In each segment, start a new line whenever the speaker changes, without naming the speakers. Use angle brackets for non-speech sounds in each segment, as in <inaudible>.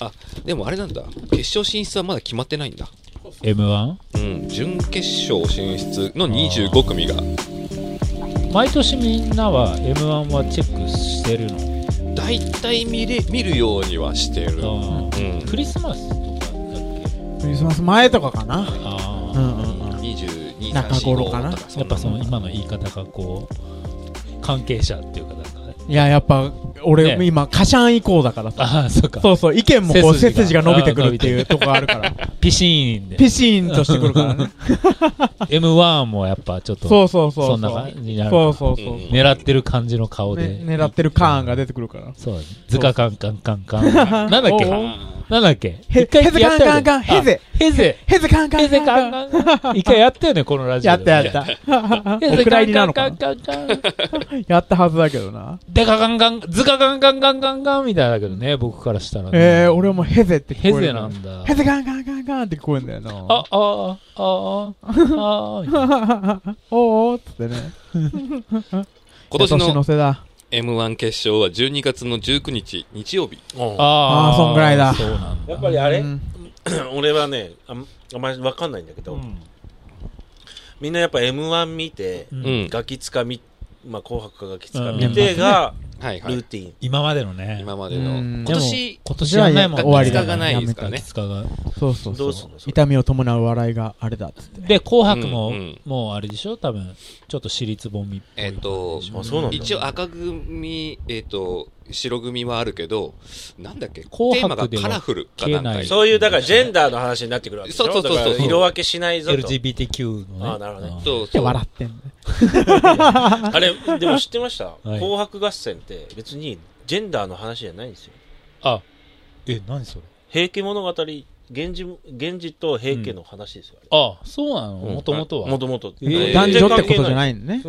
あでもあれなんだ決勝進出はまだ決まってないんだ
M1?
うん準決勝進出の25組が
毎年みんなは M1 はチェックしてるの
大体見れ見るようにはしてる、うん、
あークリスマスとかだっけ
クリスマス前とかかな
あ
う
あ、
んうんうん
22
中頃かな
34とん
やっぱその今の言い方がこう関係者っていうかなんかね
いややっぱ俺、
ね
今カシャン以降だからさ
ああそうか
そうそう意見もこう
背筋
背筋
が
が伸びてくるっていうとこあるから
ピシーンで
ピシーンとしてくるからね
M1 もやっぱちょっと
そうそうそう
<laughs> そんな感じになる
そうそうそう、
うん
狙ってる感じの顔で、
ね、狙ってるカーンが出てくるから
そうだねズカカンカンカンカンなんだっけ
おうおう
なんだっけ
へ
一回
ヘズ
や
カ
っ
ン
たよ
カ
ね
ンカンヘゼ
あヘゼ
ヘズカンカ
ヘ
ン
ゼ
カン
カン
カン
カンカン一回やったよねこのラジ
や
オ
っ
で
たやった
ヘ
お
ゼ
蔵
カ
入
ン
りなの
カ
か
ン
な
カンカンカンカン
やったはずだけどな
デカカンカンズカカンカンカンカンカンみたいだけどね僕からしたらね
えー、俺もヘゼって聞
ヘ
こえる
ゼなんだ
ヘゼガンガンガンガンって聞こえるんだよな <laughs>
あああああああ
おーおーっつってね
今年
年の
の
瀬だ
m 1決勝は12月の19日日曜日
う
あ
あーそんぐらいだ
そうなん
ん、や
だ
っぱりあれ、
うん
俺はねあんあんまり分かんないんだけど、
うん
みんなやっぱ m 1見て、
う
う
んん、
ガキつかみ、まあ、紅白かガキつか
うん
見てが
はいは
ルー
い
ティン、
今までのね
今までの
うん
今年
今年はねもう
終わり
ガ
だ
キ使がないですからね
ガキ使が
そうそう
ど
そうう
すんのそれ
痛みを伴う笑いがあれだっつって
で紅白も、
うんうん
もうあれでしょ多分ちょっと私立本みっぽい
えっと
あそうなんだ
一応赤組えっ、と白組はあるけどなんだっけ
紅
テー
白
マがカラフルかなん
では消えな
か
い
そういうだからジェンダーの話になってくるわけでしょ
そうそうそうそう
だから色分けしないぞと
LGBTQ のね
あーなるほどね
そう
で
そう
笑ってんだよ
あれでも知ってました、
い
紅白合戦って別にジェンダーの話じゃないんですよ
あえ何それ
平家物語源氏源氏と平家の話ですよ、
あそうなの
うん
もともとは
もともと
えー
男女ってことじゃ
い、
ないのね
う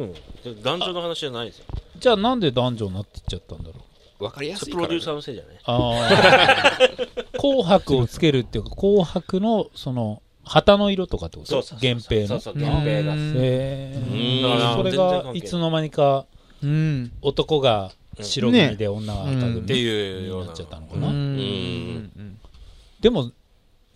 ん、男女の話じゃないんですよ
じゃあなんで男女になってっちゃったんだろう
わかりや
そ
すい
れプ
から、
ロ
ね
デューサーのせいじゃない
あ
<laughs>
あ紅白をつけるっていうか紅白のその旗の色とかってこと
そうそうそう
源平
そ
の
うそう源平が
えー
うん
それ
全然関係
が
ない
いつの間にか
うん
男が白組で女が赤組
ね
っ
ってて
いう
いうよう
にな
な
っちゃったのか
うんう
な、
ん
でも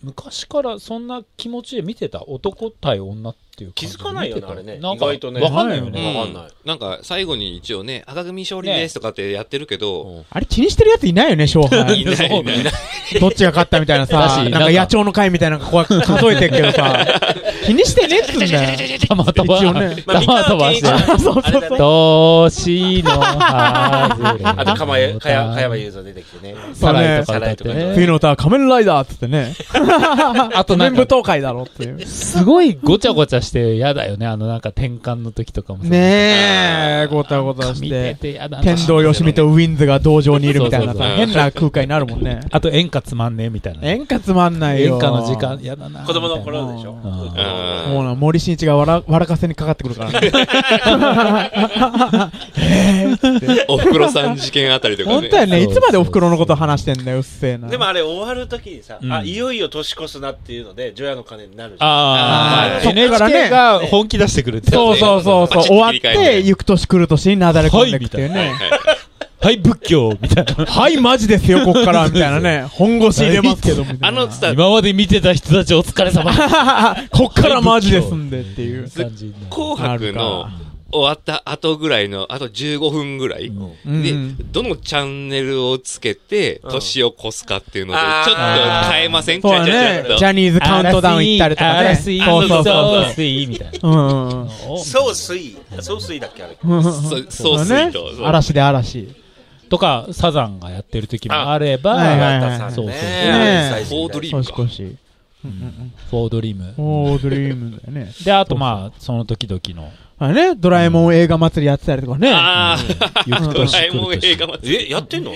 昔からそんな気持ちで見てた男対女っていう
気
感じ
づかないよねあれね
な
意
んか
外とね
わかんないよ
う
ね、
わかんない、
なんか最後に一応ね赤組勝利ですとかってやってるけど、
あれ気にしてるやついないよね勝
い
<laughs>
敗
ないいない
どっちが勝ったみたいな
だ
さ
し
なん
なんか
か野鳥の会みたいなのこう数えてるけどさ気にしてねえっつうんだ
<laughs>
よ
たまたま、
一応ね
まあ、三
たまたま
河健一
して
は
そうそうそう
あれ
年のはずれ
<laughs> だねあとかまえかや加山雄三出てきてね
サライと
サ
か歌っ
ライと
て
か
ね
次の歌は仮面ライダーっつってね
あとな
全
ん
部
か
東海だろっていう
すごいごちゃごちゃして嫌だよねあのなんか転換の時とかもさ
ねえごたごたし
見て
て
て嫌だな
天童よしみとウィンズが道場にいるみたいな
そう
そう
さ
そう
変な空間になるもんね
あと演歌つまんねえみたいな
演歌つまんない
演
よ
歌の時間嫌だな
子供の
み
頃でしょ
うん
うん
もうな森進一がわらわらかせにかかってくるからね
おふくろさん事件あたりとか
<laughs> 本
ね
当やね
そう
いつまでお袋のこと話してんだようっせえな
でもあれ終わるときにさ、
うん
あいよいよ年越すなっていうので除夜の鐘になるじゃん
あ
あ
あ
ー
NHK
そっからね
が本気出してくるってやつね
そうそうそうそう
パチ
終
ッと
わっ
切り替えて
て行く年来る年になだれ込んでくっていう
はい
ね
はい
はい仏教みたいな
はいマジですよこっからみたいなね本腰入れますけどみたいな
あのつったら
今まで見てた人たちお疲れ <laughs> 様
こっからマジですんでっていう
感じになる
紅白の終わった後ぐらいの、あと15分ぐらい。
うん
で、どのチャンネルをつけて、
うん
年を越すかっていうので、ちょ
あー
っと変えません
そうだ
ちょ
ね
ちょちょ
ジャニーズカウントダウン行ったりとかね
嵐
そうそうそう
そう水みた <laughs> いな
うんうんうん
そう水そう水だっけあれ
うん
そうそうすると。
ね
そう
嵐で嵐
とかサザンがやってる時もあれ
はいはい
ば
岩田さんね
そうそうそう
ね
最初に
大鳥
年越しうんうんうん
フォードリーム
おードリームだよね
であとまあその時々の
あれねドラえもん映画祭りやってたりとかね
ああ、
翌
ド
年
ラえ
来
もん映
る
画
年
祭り。
えやってんの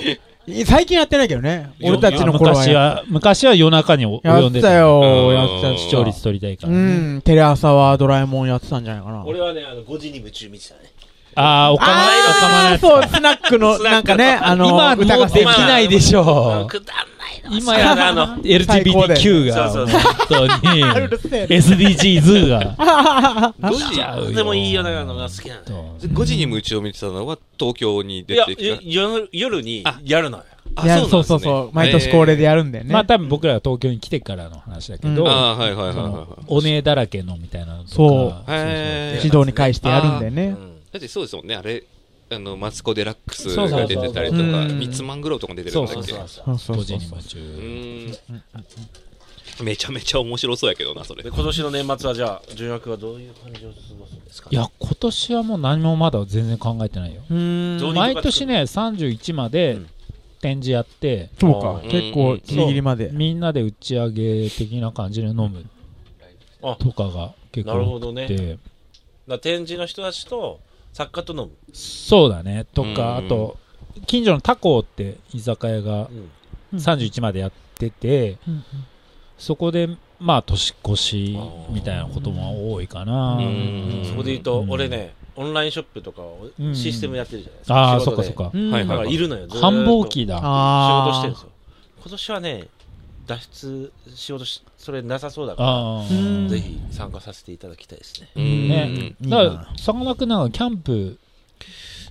最近やってないけどね俺たちの頃は
昔は昔は夜中にお
や
及
っ
ん
て
で
たよ
うん
やってたやってた
視聴率取りたいか
う
らね
んテレ朝はドラえもんやってたんじゃないかな
<laughs> 俺はねあの5時に夢中見てたね
ああおかまいおかまの
あ
や
ー
つ
そうスナックの
ス
な
ナックの
んかねあの
今
歌
もう
が
でき
先
今
ないでしょう
くだんないの
今や
あの
LGBTQ が
そう
本
そう
当に SDGs
<laughs>
が
5時、
でもいいよなあのが好きなの
そう
5時に夢中を見てたのは東京に
い
出
や
てきた
よ。夜夜に
あ
やるのよ
あ
いや、
な
そ
んですね
うそうそう。毎年恒例でやるんだよね。
まあ多分僕らが東京に来てからの話だけど、
うん
あーはいはいはい
そ
はい
の
は
おねえだらけのみたいなのとか
そう
へー
指導に返してやるんだよね。
いだってそうですもんねあれあのマツコ・デラックス
そうそうそ
が
う
出てたりと
う
か
ん
ミッツマングローとかも出てる
そ
ん
う
だ
そ
っ
う
け
そう
う
そう
そうそうそう
当時に夢中
ーんめちゃめちゃ面白そうやけどなそれ
で今年の年末はじゃあ純悪はどういう感じを過ごすんですか
いや今年はもう何もまだ全然考えてないよ
うーん
どうに
毎年ね31まで
うん
展示やって、
そうか
う。ん
結構、ギリギリまで。
みんなで打ち上げ的な感じで飲む
あ
とかが結
なるほ
構
ど
あ
ね
って、
だから展示の人たちと作家と飲む、
そうだねとか、
うん
あと近所の他校って居酒屋が
うん
31までやってて、
うん
そこでまあ年越しみたいなことも多いかな、
うん
うん
そこで言うと、
うん
俺ねオンラインショップとかを
うん
システムやってるじゃないですか、
ああ
仕
そっ
事
かそ
で
っか
うん
はい
だ
はい
からいるのよずーっと
繁忙期だ
仕事
あ
してる
あ
んです。よ今年はね脱出仕事しそれなさそうだか
あ
うん
ー
らぜひ参加させていただきたいですね
う
ね
ん
うん
だか
いい
ら
な
さかなクンなんかキャンプ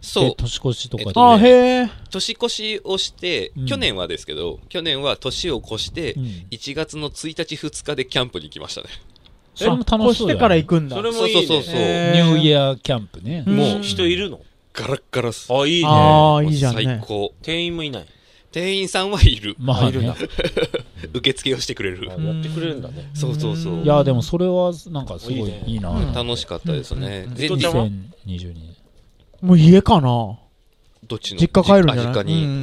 そ
で
う
年越しとか
えっ
で、
と
あー、へえ。
年越しをして
うん
去年はですけど去年は年を越して
うん
1月の1日2日でキャンプに行きましたね
それも楽しそうだ
越して
よ
から行くんだ。
それもいいね
そうそうそうそう
へ
ニューイヤーキャンプね、
うん
もう
人いるの
ガラッガラっす
あいいね
ああ、
もう
いいじゃん
最
ね。
高
店員もいない
店員さんはいる
まあ
いるん
ね
だ
受付をしてくれる
あやってくれるんだね
そうそうそう
いやでもそれはなんかすごい
いいね
いいな、
うん
楽しかったですね
うん
で
お父ちゃんは
2022年
もう家かな。
どっちの
実家帰るんじゃない
あ実家に
うん
う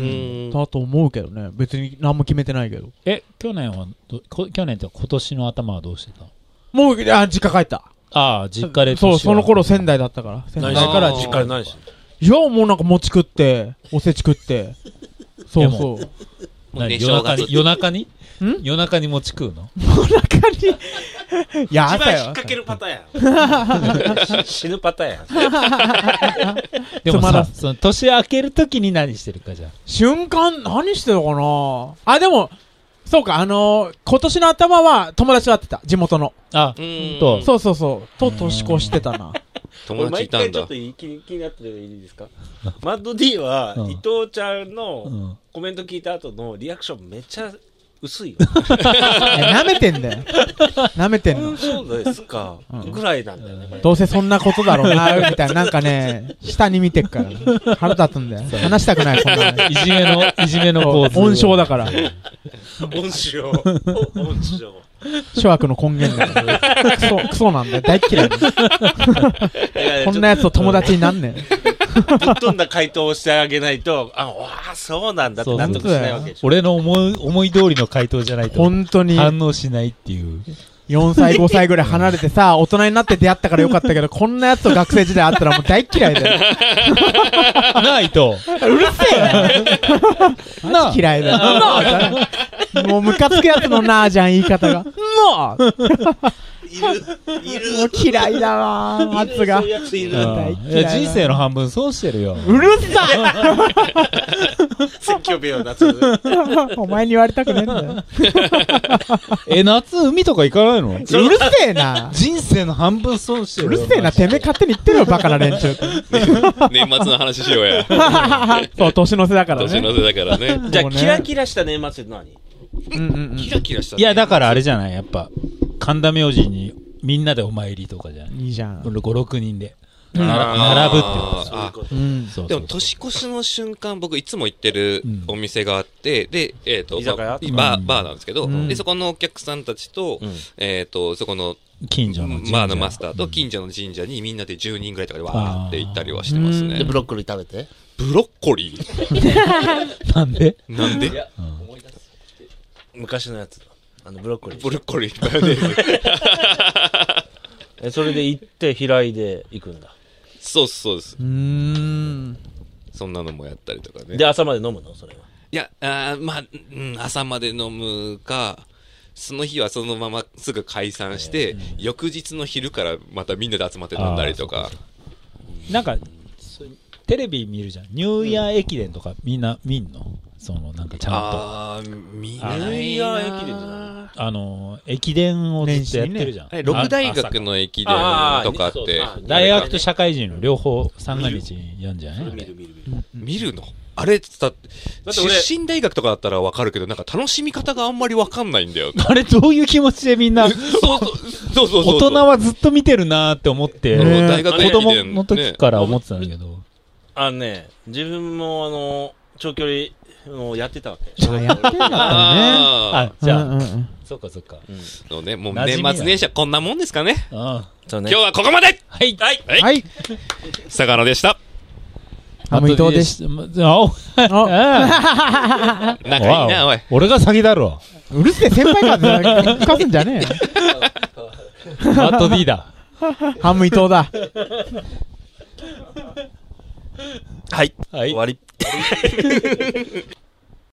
ん
だと思うけどね。別に何も決めてないけど。
え去年はどこ去年って今年の頭はどうしてた
もう、あ、実家帰った。
ああ実家で年
そう、
は
その頃仙台だったから。仙台
何
し
してて
か
からら
実
実
家
家
に
ないし
いや、もうなんか餅食って、おせち食って。そうそう。
もうね
何夜中に
正
夜中に
ん
夜中に餅食う
<laughs>
の
<laughs>
中に。いや、
一
朝
番引っ
よ。
掛けるパターン
<laughs>
やん死ぬパターンやん
でも
つまら
さ
ん
その年明けるときに何してるかじゃあ
瞬間、何してたかなあ、でも、そうか、あのー、今年の頭は友達と会ってた、地元の。
あ
うん
と
そうそうそう。と年越してた
<laughs>
な。
友達いた
俺毎
ん
回ちょ
だ
っといい気に気になってるのいいですかマッド D は、
うん
伊藤ちゃん
う
の
ん
コメント聞いた後のリアクションめっちゃ薄いよ。
いや舐めてんだよ。舐めてん
う
の
ん、。そうですか。
うん
ぐらいなんだよね。これ
どうせそんなことだろう <laughs> な、みたいな。なんかね、下に見てっから。腹立つんだよ。話したくない、こんなの。
いじめのいじめの構図
温床だから。
音声を。音声を。
諸悪の根源だよ。クソ、クソなんだよ。大っ嫌いだよ。こんなやつと友達になんねん。
ぶっ飛んだ回答をしてあげないと、あ、わあ、そうなんだって納得しないわけでしょ。
俺の思い思い通りの回答じゃないと
本当に。
反応しないって
<laughs>
いう
4歳、5歳ぐらい離れてさ、大人になって出会ったからよかったけど、こんなやつと学生時代あったらもう大っ嫌いだよ。
ないと
うるせえな
なあ
嫌いだよ。なあもうムカつくやつのなあじゃん、言い方が。なあもう
いる、いる。
嫌いだわ、
い
圧
る
が
そういう。やついる。
大
うんい
嫌
や
いだ
人生の半分損してるよ
うるさ
説教病な夏。
い <laughs> お前に言われたくねえんだよ。
え夏海とか行かないの
うるせえな。
人生の半分損して
う
るよ
るせえな、
マジ
て
で
めえ勝手に言ってるよ、バカな連中って。
<laughs> 年末の話しようや
そう、年の瀬だから
年
ね。
の瀬だからね
じゃ
も
あ、
うね
キラキラした年末って何
うんうんうん
キラキラした
いやだからあれじゃないやっぱ神田明神にみんなでお参りとかじゃない
いいじゃん。
56人で
うん
な並ぶってこと
そういうこと
う。ん。
そう
で
そう
も年越しの瞬間僕いつも行ってる
うん
お店があって、で、えっと
居酒屋
まあバ
う
ー
ん
バーなんですけど、
うん
でそこのお客さんたちと,、
うん
えっとそこの
近所の神社
バーのマスターと近所の神社にみんなで10人ぐらいとかでわーって行ったりはしてますね
で
ブ
ロッコリー食べて。
ロッコリー
なんで
なんで
昔のやつだ。あの、ブロッコリー
ブ。ロッコリーマヨネーズ
えそれで行って開いで行くんだ
そうですそうです
うーん。
そんなのもやったりとかね
で朝まで飲むのそれはい
や、あーまあ、うん、朝まで飲むか、その日はそのまますぐ解散して、翌日の昼からまたみんなで集まって飲んだりとか。
なんかそうテレビ見るじゃんニューイヤー駅伝とかみんな見んのそのなんかちゃんと
あー、見ないな
ニューイヤー駅伝じゃな
あの駅伝をずっとやってるじゃん
あれ、六大学の駅伝とかっ
あ
て
ーあーあ、ー
大学と社会人の両方三が日やんじゃ
そ
な
れ
い
見る見る見
見
る
るのあれってだって
って俺
出身大学とかだったらわかるけど、なんか楽しみ方があんまりわかんないんだよ。
あれどういう気持ちでみんな、
そうそう、そうそうそう。
大人はずっと見てるなーって思って、
うん、
ね
大学
子供
駅伝
の時
ね
から思ってたんだけど、
あのね、自分もあの、長距離をやってたわけ。
あやってんだったら
<laughs>
ね。
あ
あ、じゃあ、
うんうんうん
そっかそっか。
あのね、もう
馴染
年
みだ
末年始はこんなもんですかね。
あ
そうね
今日はここまで
あはい、はい、
はい、
はい。
坂野でした。
ハム伊藤でし
した。あお、あ
仲いいな、おい。
俺が先だろ。 <laughs>
た。 <laughs> うるせえ、先輩から吹かすんじゃねえ
ハート D だ。
よ。ハム伊藤だ。
はい。
はい
終わり。